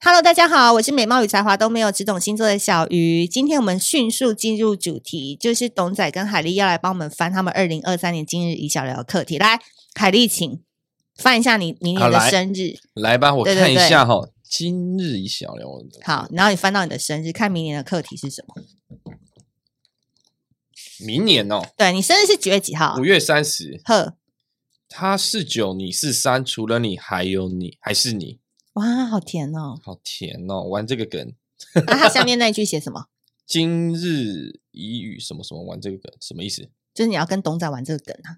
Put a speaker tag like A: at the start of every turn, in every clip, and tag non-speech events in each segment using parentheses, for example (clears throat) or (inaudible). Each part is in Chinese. A: Hello，大家好，我是美貌与才华都没有，只懂星座的小鱼。今天我们迅速进入主题，就是董仔跟海丽要来帮我们翻他们二零二三年今日一小聊的课题。来，海丽，请翻一下你明年
B: 好
A: 的
B: 来
A: 生日。
B: 来吧，我
A: 对对
B: 看一
A: 对
B: 下哈，今日一小聊。
A: 好，，然后你翻到你的生日，看明年的课题是什么？
B: 明年哦，
A: 对你生日是几月几号啊
B: 五？月三十，
A: 呵，
B: 他是九，你是三，除了你还有你，还是你，
A: 哇，好甜哦！
B: 好甜哦！玩这个梗，
A: 那、啊、它下面那一句写什么？ (laughs)
B: 今日已与什么什么玩这个梗，什么意思？
A: 就是你要跟董仔玩这个梗啊，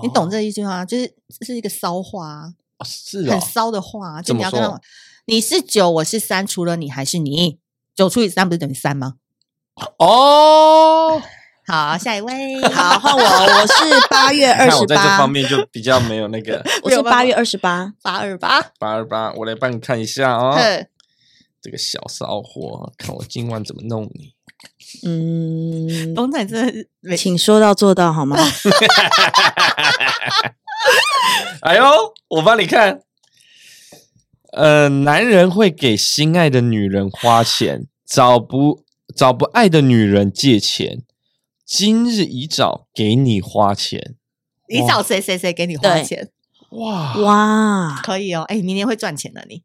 A: 你懂这一句话，就是这是一个骚话啊，
B: 哦是
A: 很
B: 哦，
A: 骚的话啊，就
B: 怎
A: 你
B: 么
A: 要跟他
B: 说
A: 玩。你是九，我是三，除了你还是你，九除以三不是等于三吗？
B: 哦，
A: 好，下一位，
C: (laughs) 好，换我，我是八月
B: 你
C: 二
B: 看我
C: 十
B: 在这
C: 八
B: 方，面就比较没有那个 (laughs)
C: 我是八月二十八，
A: 八二八，
B: 八二八，我来帮你看一下哦。
A: 呵
B: 这个小骚货，看我今晚怎么弄你。
C: 嗯，
A: 董仔真的是哦没啊
C: 请说到做到好吗？
B: 哎呦，我帮你看。呃，男人会给心爱的女人花钱，找不找不爱的女人借钱。今日已找给你花钱，
A: 你找谁谁谁给你花
C: 对
A: 钱，
B: 哇，
C: 哇，
A: 可以哦。哎，明年会赚钱的你，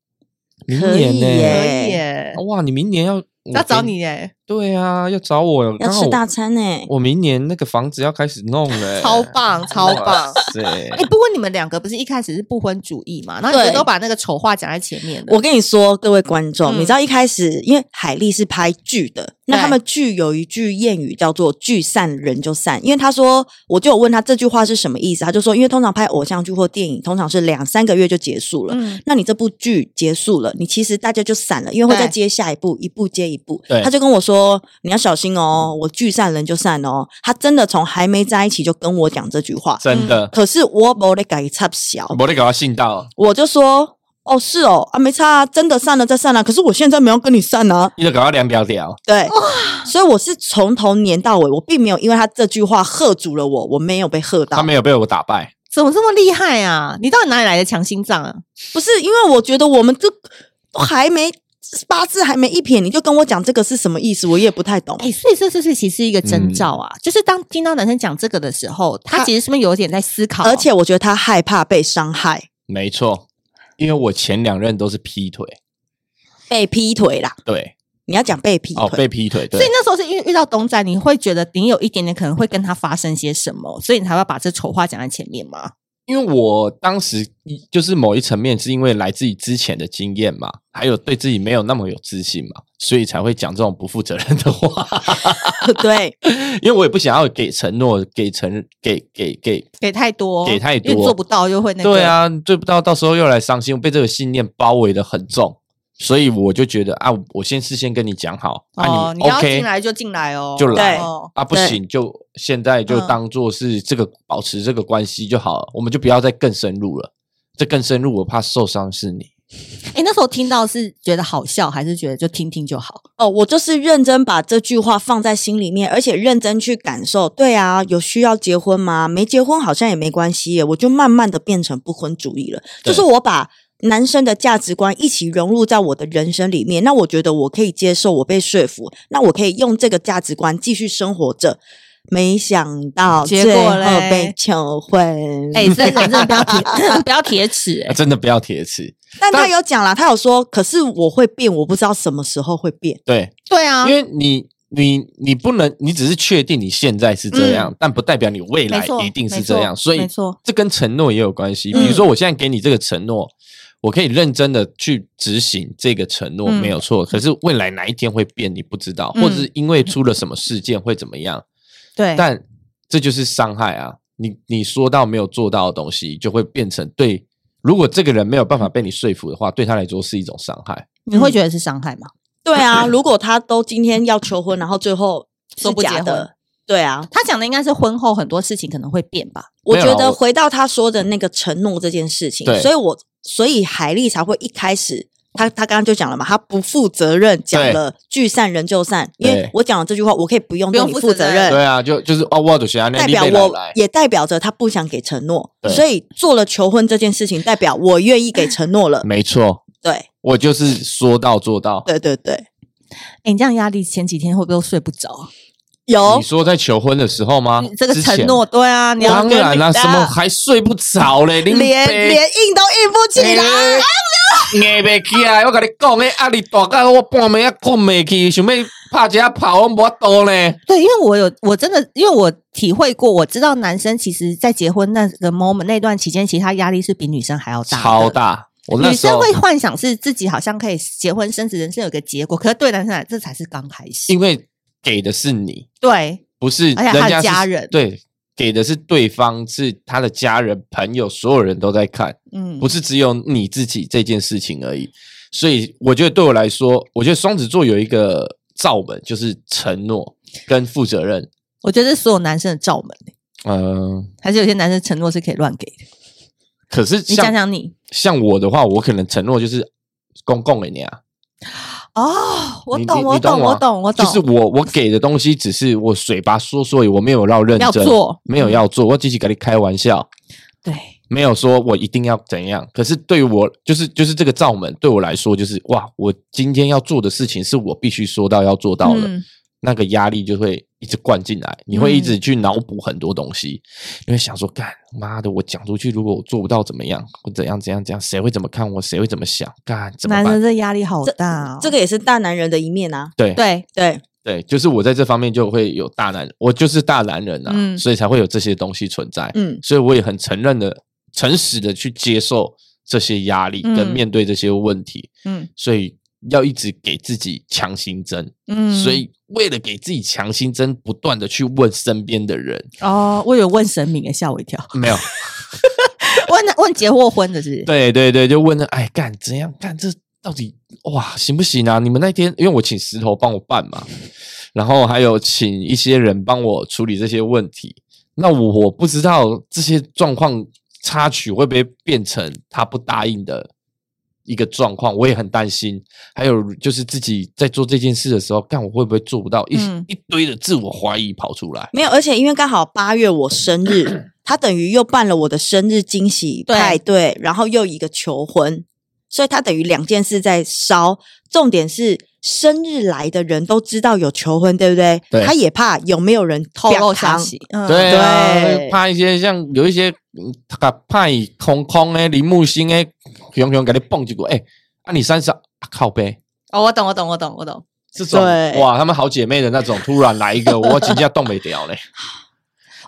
B: 明
C: 可
B: 年
C: 以
B: 呢、
A: 可
C: 耶
A: 以
C: 哎
A: 耶，
B: 哇，你明年要我
A: 要找
B: 给
A: 你耶，
B: 对啊，要找我，
C: 要
B: 刚好
C: 吃
B: 我
C: 大餐呢、
B: 我明年那个房子要开始弄了、
A: 超棒，超棒。
B: 对
A: 哎、，不过你们两个不是一开始是不婚主义嘛？然后你们
C: 对
A: 都把那个丑话讲在前面的。
C: 我跟你说，各位观众，
A: 嗯
C: 你知道一开始因为海丽是拍剧的，那
A: 对
C: 他们剧有一句谚语叫做“聚散人就散”，因为他说，我就有问他这句话是什么意思，他就说，因为通常拍偶像剧或电影，通常是两三个月就结束了。
A: 嗯，
C: 那你这部剧结束了，你其实大家就散了，因为会再
A: 对
C: 接下一步，一步接一步
B: 对。
C: 他就跟我说：“你要小心哦，我聚散人就散哦。”他真的从还没在一起就跟我讲这句话，
B: 真
A: 嗯
B: 的，
C: 可是我没得改插小，
B: 我得给他信到，
C: 我就说：“哦，是哦，啊，没差啊，真的散了再散啊。可是我现在没有跟你散啊。
B: 你得给他两表表。”
C: 对，所以我是从头黏到尾，我并没有因为他这句话喝足了我，我没有被喝
B: 他
C: 到。
B: 没有被我打败，
A: 怎么这么厉害啊？你到底哪里来的强心脏啊？
C: 不是因为我觉得我们就还没八字还没一撇，你就跟我讲这个是什么意思，我也不太懂。
A: 哎、所以这这是其实是一个
B: 嗯
A: 征兆啊，就是当听到男生讲这个的时候，他
C: 他
A: 其实是不是有点在思考？啊
C: 而且我觉得他害怕被伤害、
B: 没错，因为我前两任都是劈腿，
C: 被劈腿啦。
B: 对，
C: 你要讲被劈腿，
B: 哦，被 (laughs) 劈腿，对
A: 所以，那时候是因为遇到董仔，你会觉得你有一点点可能会跟他发生些什么，所以你才会把这丑话讲在前面嘛。
B: 因为我当时一就是某一层面是因为来自于之前的经验嘛，还有对自己没有那么有自信嘛，所以才会讲这种不负责任的话，
C: (laughs)
B: (laughs)
C: 对，
B: 因为我也不想要给承诺，给承给给给，
A: 给太多，
B: 给太多
A: 因为做不到又会那个。
B: 对，啊，追不到，到时候又来伤心，我被这个信念包围的很重，所以我就觉得啊，我先事先跟你讲好，啊
A: 哦，你要
B: OK
A: 进来就进来哦，
B: 就来
A: 哦
B: 啊，不
C: 对
B: 行，就现在就
A: 嗯
B: 当做是这个保持这个关系就好了，我们就不要再更深入了。这更深入，我怕受伤是你。
A: 哎、那时候听到是觉得好笑，还是觉得就听听就好？
C: 哦，我就是认真把这句话放在心里面，而且认真去感受。对啊，有需要结婚吗？没结婚好像也没关系耶，我就慢慢的变成不婚主义了。
B: 对
C: 就是我把男生的价值观一起融入在我的人生里面，那我觉得我可以接受，我被说服，那我可以用这个价值观继续生活着。没想到
A: 结
C: 最
A: 果
C: 后
A: 嘞
C: 被求婚，
A: 哎、这个人真的不要 (laughs) 铁，不要铁齿、
B: 啊、
A: 哎，
B: 真的不要铁齿，
C: 但他
B: 但
C: 有讲啦，他有说，可是我会变，我不知道什么时候会变。
B: 对，
A: 对啊，
B: 因为你你你不能，你只是确定你现在是这样，但不代表你未
A: 嗯
B: 来
A: 没错
B: 一定是这样，
A: 没错
B: 所以
A: 没错
B: 这跟承诺也有关系。
A: 嗯
B: 比如说，我现在给你这个承诺。我可以认真的去执行这个承诺，
A: 嗯
B: 没有错。可是未来哪一天会变，你不知道，或者是因为出了什么事件会怎么样，
A: 对，
B: 但这就是伤害啊！你你说到没有做到的东西，就会变成对如果这个人没有
A: 嗯
B: 办法被你说服的话，对他来说是一种伤害。
A: 你
C: 嗯
A: 会觉得是伤害吗？
C: 对啊，如果他都今天要求婚，然后最后
A: 都
C: 是
A: 不
C: 假
A: 结婚
C: 的，对啊，
A: 他讲的应该是婚后很多事情可能会变吧。
C: 我
B: 没有
C: 觉
B: 啦
C: 得
B: 我
C: 回到他说的那个承诺这件事情
B: 对，啊
C: 所以我所以海丽才会一开始，他他刚刚就讲了嘛，他不负责任，讲
B: 对
C: 了聚散人就散，因为
B: 对
C: 我讲了这句话，我可以不用
A: 不用
C: 对你
A: 负
C: 负
A: 责
C: 责
A: 任
C: 任，
B: 对啊，就就是哦，我的想要那
C: 代
B: 你
C: 表
B: 被来
C: 我
B: 来，
C: 也代表着他不想给承诺，
B: 对
C: 所以做了求婚这件事情，代表我愿意给承诺了，
B: 没错，
C: 对
B: 我就是说到做到。
C: 对对对，
A: 哎，你这样压力前几天会不会都睡不着啊？
C: 有
B: 你说在求婚的时候吗
A: 嗯你？这个
B: 之前
A: 承诺，对啊，你要
B: 当
A: 跟
B: 然啦、
A: 你的
B: 什么还睡不着嘞？连
C: 连连硬都硬不起
B: 哎
C: 来，
B: 硬袂起来，我跟你讲，那压力大到我半暝啊困袂去，想要拍一下跑，我无多呢。
A: 对，因为我有，我真的，因为我体会过，我知道男生其实在结婚那个 moment 那段期间，其实他压力是比女生还要大，
B: 超。大。我那
A: 女
B: 时
A: 生
B: 候
A: 会幻想是自己好像可以结婚生子，人生有个结果，可是对男生来，这才是刚开始。
B: 因为给的是你，
A: 对，
B: 不是人
A: 而且他的
B: 家是
A: 家人
B: 对，给的是对方，是他的家人、朋友，所有人都在看，
A: 嗯，
B: 不是只有你自己这件事情而已。所以我觉得对我来说，我觉得双子座有一个罩门，就是承诺跟负责任。
A: 我觉得这是所有男生的罩门，欸
B: 嗯、
A: 还是有些男生承诺是可以乱给的。
B: 可是
A: 你讲
B: 像
A: 讲你
B: 像我的话，我可能承诺就是公共给你啊，
A: 哦，我
B: 你
A: 懂，
B: 你
A: 我
B: 你懂
A: 懂，
B: 我
A: 我懂，我懂，
B: 就是我我给的东西只是我嘴巴说说而已，我没有要认
A: 要
B: 真，
A: 做嗯
B: 没有要做，我只是跟你开玩笑。
A: 对，
B: 没有说我一定要怎样，可是对我就是就是这个罩门对我来说就是哇，我今天要做的事情是我必须说到要做到的，
A: 嗯
B: 那个压力就会一直灌进来，你会
A: 嗯
B: 一直去脑补很多东西，你会想说干妈的，我讲出去如果我做不到怎么样，或怎样怎样怎样，谁会怎么看我，谁会怎么想，干怎么
A: 男
B: 办
A: 生？这压力好大哦，
C: 这个也是大男人的一面啊，
B: 对
A: 对，
C: 对，
B: 对，就是我在这方面就会有大男，我就是大男人啊，
A: 嗯
B: 所以才会有这些东西存在，
C: 嗯。
B: 所以我也很承认的、诚实的去接受这些压力跟
A: 嗯
B: 面对这些问题，
A: 嗯
B: 所以要一直给自己强心针。
A: 嗯，
B: 所以为了给自己强心针，不断的去问身边的
A: (laughs)
B: 人，
A: 哦，我有问神明诶，吓我一跳。
B: 没有，
A: (laughs) 问问结过婚的是不是？
B: 对对对，就问了，哎，干怎样干这到底哇行不行啊？你们那天因为我请石头帮我办嘛，然后还有请一些人帮我处理这些问题，那我我不知道这些状况插曲会不会变成他不答应的。一个状况，我也很担心。还有就是自己在做这件事的时候，干我会不会做不到？一、
A: 嗯
B: 一堆的自我怀疑跑出来。
C: 没有，而且因为刚好八月我生日，
B: (clears throat)
C: 他等于又办了我的生日惊喜
A: 对
C: 派对，然后又一个求婚，所以他等于两件事在烧。重点是生日来的人都知道有求婚，对不对？
B: 对
C: 他也怕有没有人
A: 透露消
C: 消
A: 息，嗯，
B: 对啊，
C: 对
B: 怕一些像有一些嗯，他怕你空空诶，林木星诶，熊熊给你蹦几个诶，啊你三十、啊、靠背
A: 哦，我懂，我懂，我懂，我懂。
B: 这种
C: 对
B: 哇，他们好姐妹的那种，突然来
C: (laughs)
B: 一个，我请假冻没掉嘞。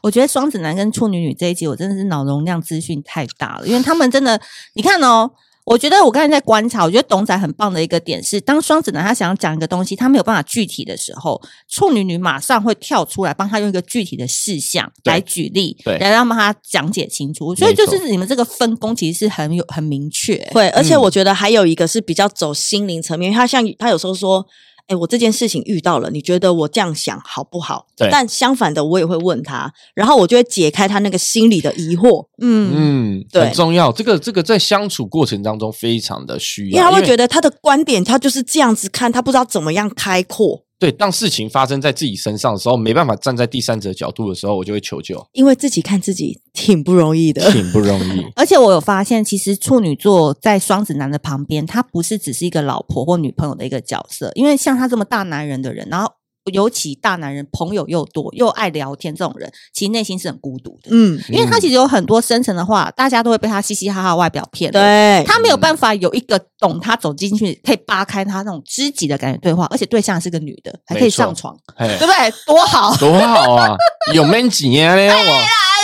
A: 我觉得双子男跟处女女这一集，我真的是脑容量资讯太大了，因为他们真的，你看哦。我觉得我刚才在观察，我觉得董仔很棒的一个点是，当双子男他想要讲一个东西，他没有办法具体的时候，处女女马上会跳出来帮他用一个具体的事项
B: 对
A: 来举例，
B: 对
A: 来让帮他讲解清楚。所以
B: 没
A: 就
B: 错
A: 是你们这个分工其实是很有很明确、
C: 会，而且
B: 嗯
C: 我觉得还有一个是比较走心灵层面，因为他像他有时候说。哎，我这件事情遇到了，你觉得我这样想好不好？
B: 对
C: 但相反的，我也会问他，然后我就会解开他那个心里的疑惑，
A: 嗯，
B: 嗯，
C: 对
B: 很重要。这个这个在相处过程当中非常的需
C: 因为
B: 要，
C: 他会
B: 因
C: 觉得他的观点他就是这样子看，他不知道怎么样开阔，
B: 对，当事情发生在自己身上的时候，没办法站在第三者角度的时候，我就会求
C: (laughs)
B: 救，
C: 因为自己看自己挺不容易的。
B: 挺不容易。
A: 而且我有发现，其实处女座在双子男的旁边，他不是只是一个老婆或女朋友的一个角色，因为像他这么大男人的人，然后尤其大男人朋友又多又爱聊天这种人，其实内心是很孤独的，
C: 嗯，
A: 因为他其实有很多深层的话，大家都会被他嘻嘻哈哈的外表骗了。
C: 对，
A: 他没有办法有一个懂他走进去可以扒开他那种知己的感觉对话，而且对象是个女的，还可以
B: 没错
A: 上
C: (laughs)
A: 床，
B: 嘿
A: 对不对？多好！
B: 多好啊，有没几年嘞？我。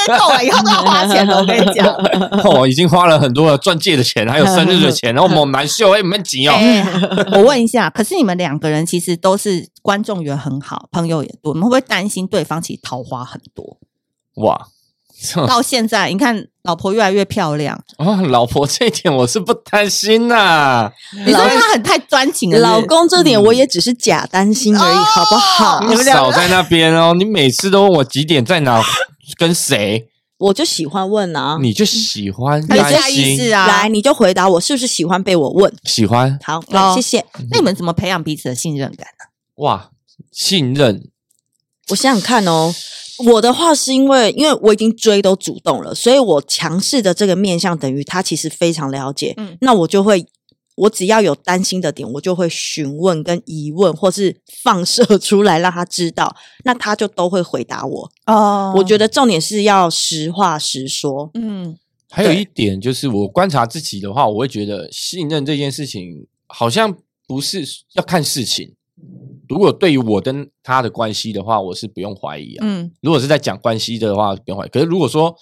A: 够了，以后都要花钱了，我跟你讲。 (laughs)
B: 哦，已经花了很多的钻戒的钱，还有生日
A: (laughs)
B: 的钱，然后猛男秀，哎，蛮急哦。
A: 哎我问一下，可是你们两个人其实都是观众缘很好，朋友也多，你们会不会担心对方其实桃花很多？
B: 哇，
C: 哦
A: 到现在，你看老婆越来越漂亮，
B: 哦，老婆这一点我是不担心
A: (laughs)
B: 呐、
A: 你说她很太专情了，
C: 老公这
A: 嗯
C: 点我也只是假担心而已，好不好？
B: 你少在那边哦！你每次都问我几点在哪，跟谁，
C: 我就喜欢问啊，
B: 你就喜
A: (laughs)
B: 欢
A: 还有
B: 担
A: 下意识
B: 心，
A: 啊。
C: 来，你就回答我是不是喜欢被我问？
B: 喜欢
C: 好，
A: 好
C: 谢谢。
A: 那你们怎么培养彼此的信任感呢、
B: 哇，信任
C: 我想想看哦，我的话是因为因为我已经追都主动了，所以我强势的这个面向等于他其实非常了解，
A: 嗯
C: 那我就会。我只要有担心的点，我就会询问跟疑问，或是放射出来让他知道，那他就都会回答我。
A: 哦
C: 我觉得重点是要实话实说。
A: 嗯，
B: 还有
C: 对
B: 一点就是，我观察自己的话，我会觉得信任这件事情好像不是要看事情。如果对于我跟他的关系的话，我是不用怀疑啊。
A: 嗯
B: 如果是在讲关系的话，不用怀疑。可是如果说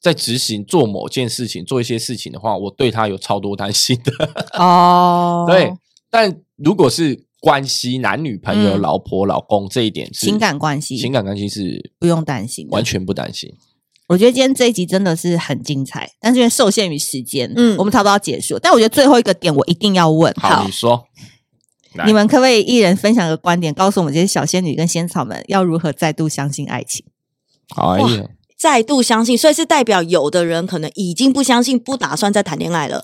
B: 在执行做某件事情、做一些事情的话，我对他有超多担心的。
A: 哦
B: 对，但如果是关系，男女朋友、
A: 嗯
B: 老婆、老公这一点是
A: 情感关系
B: 情感关系是
A: 不用担心的
B: 完全不担心。
A: 我觉得今天这一集真的是很精彩，但是因为受限于时间，嗯
C: 嗯，
A: 我们差不多要结束。但我觉得最后一个点我一定要问，
B: 好，你说，来
A: 你们可不可以一人分享个观点，告诉我们这些小仙女跟仙草们要如何再度相信爱情？
B: 好哎呀，
C: 再度相信，所以是代表有的人可能已经不相信，不打算再谈恋爱了。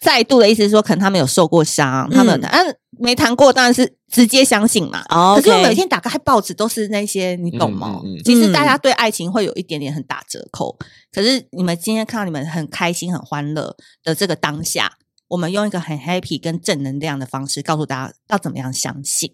A: 再度的意思是说，可能他们有受过伤，他们有谈但没谈过，当然是直接相信嘛。
C: 哦
A: 可是我每天打开报纸都是那些，你懂吗？
B: 嗯嗯嗯
A: 其实大家对爱情会有一点点很打折扣。可是你们今天看到你们很开心、很欢乐的这个当下，我们用一个很 happy 跟正能量的方式告诉大家要怎么样相信。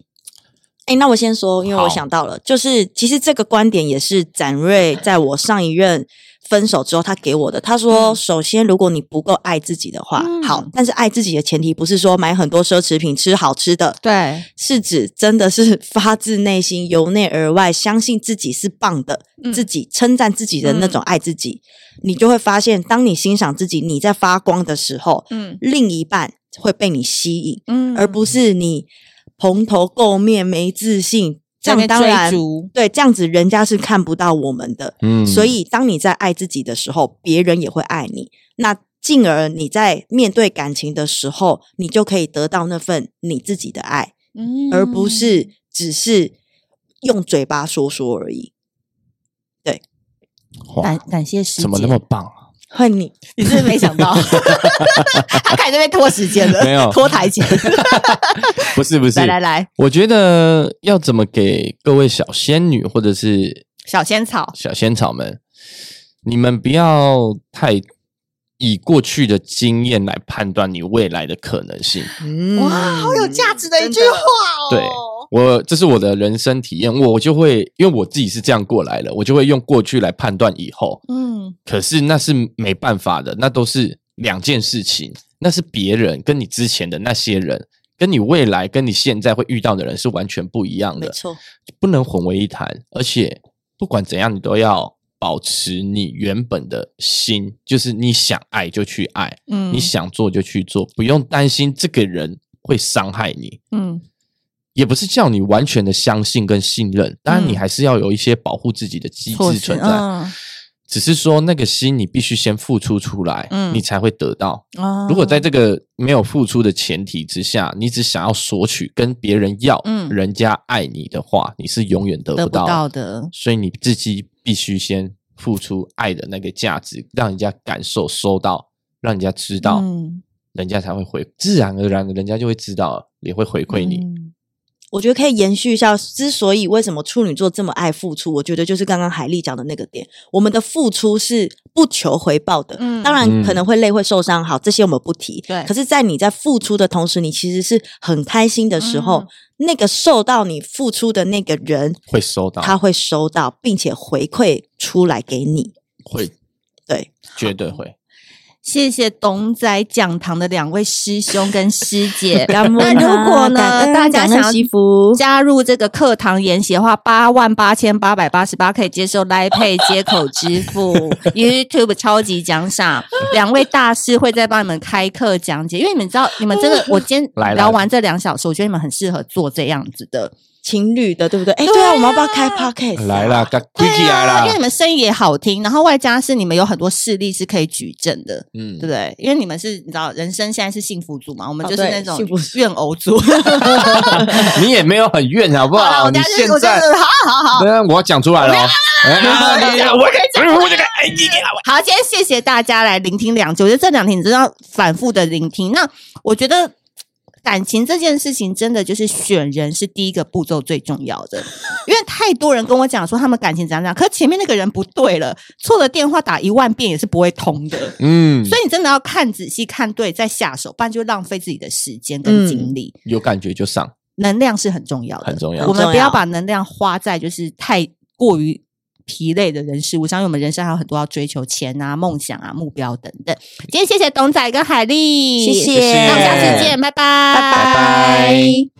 C: 哎、那我先说，因为
B: 好
C: 我想到了，就是其实这个观点也是展瑞在我上一任分手之后他给我的。他说，
A: 嗯
C: 首先如果你不够爱自己的话，
A: 嗯
C: 好，但是爱自己的前提不是说买很多奢侈品、吃好吃的，
A: 对，
C: 是指真的是发自内心、由内而外相信自己是棒的，
A: 嗯
C: 自己称赞自己的那种爱自己，你就会发现，当你欣赏自己，你在发光的时候，
A: 嗯
C: 另一半会被你吸引，
A: 嗯
C: 而不是你蓬头垢面、没自信。这
A: 在那边
C: 样当然
A: 追逐
C: 对，这样子人家是看不到我们的。
B: 嗯
C: 所以，当你在爱自己的时候，别人也会爱你。那进而你在面对感情的时候，你就可以得到那份你自己的爱。
A: 嗯
C: 而不是只是用嘴巴说说而已。
A: 感
B: 哇，
A: 感谢师姐，
B: 怎么那
A: (laughs)
B: 么棒啊？
C: 换你，
A: 你是不是没想
B: (laughs)
A: 到？他开始在那边拖时间了，
B: 没有
A: 拖
B: (laughs)
A: 台前。
B: 不是不是
A: 来，来来，
B: 我觉得要怎么给各位小仙女或者是
A: 小仙草，
B: 小仙草们，你们不要太以过去的经验来判断你未来的可能性。
C: 嗯
A: 哇，好有价值嗯的一句话哦。
B: 对我这是我的人生体验，我我就会因为我自己是这样过来的，我就会用过去来判断以后。
A: 嗯
B: 可是那是没办法的，那都是两件事情，那是别人跟你之前的那些人，跟你未来跟你现在会遇到的人是完全不一样
C: 没
B: 的，
C: 错，
B: 不能混为一谈。而且不管怎样，你都要保持你原本的心，就是你想爱就去爱，
A: 嗯
B: 你想做就去做，不用担心这个人会伤害你。
A: 嗯
B: 也不是叫你完全的相信跟信任，当然你
A: 嗯
B: 还是要有一些保护自己的机
A: 措
B: 制
A: 施
B: 存在。
A: 嗯
B: 只是说那个心你必须先付出出来，
A: 嗯
B: 你才会得到。
A: 哦
B: 如果在这个没有付出的前提之下，你只想要索取跟别人要，
A: 嗯
B: 人家爱你的话，你是永远得
A: 得
B: 不
A: 不
B: 到。
A: 到的，
B: 所以你自己必须先付出爱的那个价值，让人家感受收到，让人家知道，
A: 嗯
B: 人家才会回，自然而然的人家就会知道了，也会回馈你。
A: 嗯
C: 我觉得可以延续一下。之所以为什么处女座这么爱付出，我觉得就是刚刚海丽讲的那个点，我们的付出是不求回报的。
A: 嗯
C: 当然
B: 嗯
C: 可能会累、会受伤，好，这些我们不提。
A: 对
C: 可是，在你在付出的同时，你其实是很开心的时候，
A: 嗯
C: 那个受到你付出的那个人，
B: 会收到，
C: 他会收到，并且回馈出来给你。
B: 会，
C: 对，
B: 绝对会。
A: 谢谢董仔讲堂的两位师兄跟师
B: (laughs)
A: 姐。
C: 感
A: (laughs) 那
C: 恩
A: 如果
C: 啊
A: 呢，
C: 感恩
A: 大家
C: 感
A: 想
C: 恩
A: 要
C: 惜福
A: 加入这个课堂研习的话，八万八千八百八十八可以接受 Line Pay 接口支付
B: (laughs)
A: ，YouTube 超级奖赏，两位大师会再帮你们开课讲解。因为你们知道，你们真的，我今天
B: 哦来来
A: 聊完这两小时，我觉得你们很适合做这样子的
C: 情侣的，对不对？哎，
A: 对
C: 对啊，
A: 啊
C: 我们要不要开 podcast？啊
B: 来啦，，赶快起来
A: 因为你
B: 啦！
A: 们声音也好听，然后外加是你们有很多事例是可以举证的，
B: 嗯
A: 对不，对？因为你们是你知道，人生现在是幸福组嘛，我们
C: 哦
A: 就是
C: 对
A: 那种
C: 幸福组
A: 怨偶组。 (laughs)
B: 你也没有很怨，好不
A: 好了，
B: 好？
A: 我
B: 你
A: 等下
B: 现
A: 就是我就
B: 在，
A: 是好好好，
B: 对啊，我要讲出来了哦。
A: 没有没有没有没有没有
B: 哎我可以讲，我就可以。哎，你
A: 好，今天谢谢大家来聆听两集，我觉得这两题你真的要反复的聆听。那我觉得感情这件事情，真的就是选人是第一个步骤最重要的，因为太多人跟我讲说他们感情怎样怎样，可是前面那个人不对了，错的电话打一万遍也是不会通的。
B: 嗯，
A: 所以你真的要看仔细看对再下手，不然就浪费自己的时间跟精力。
B: 有感觉就上，
A: 能量是很重要的，
B: 很重要
A: 我们
C: 很重要
A: 不要把能量花在就是太过于疲累的人事物上，因为我们人生还有很多要追求，钱啊、梦想啊、目标等等。今天谢谢董仔跟海丽，
C: 谢谢
A: 那我们下次见，拜拜，
B: 拜拜。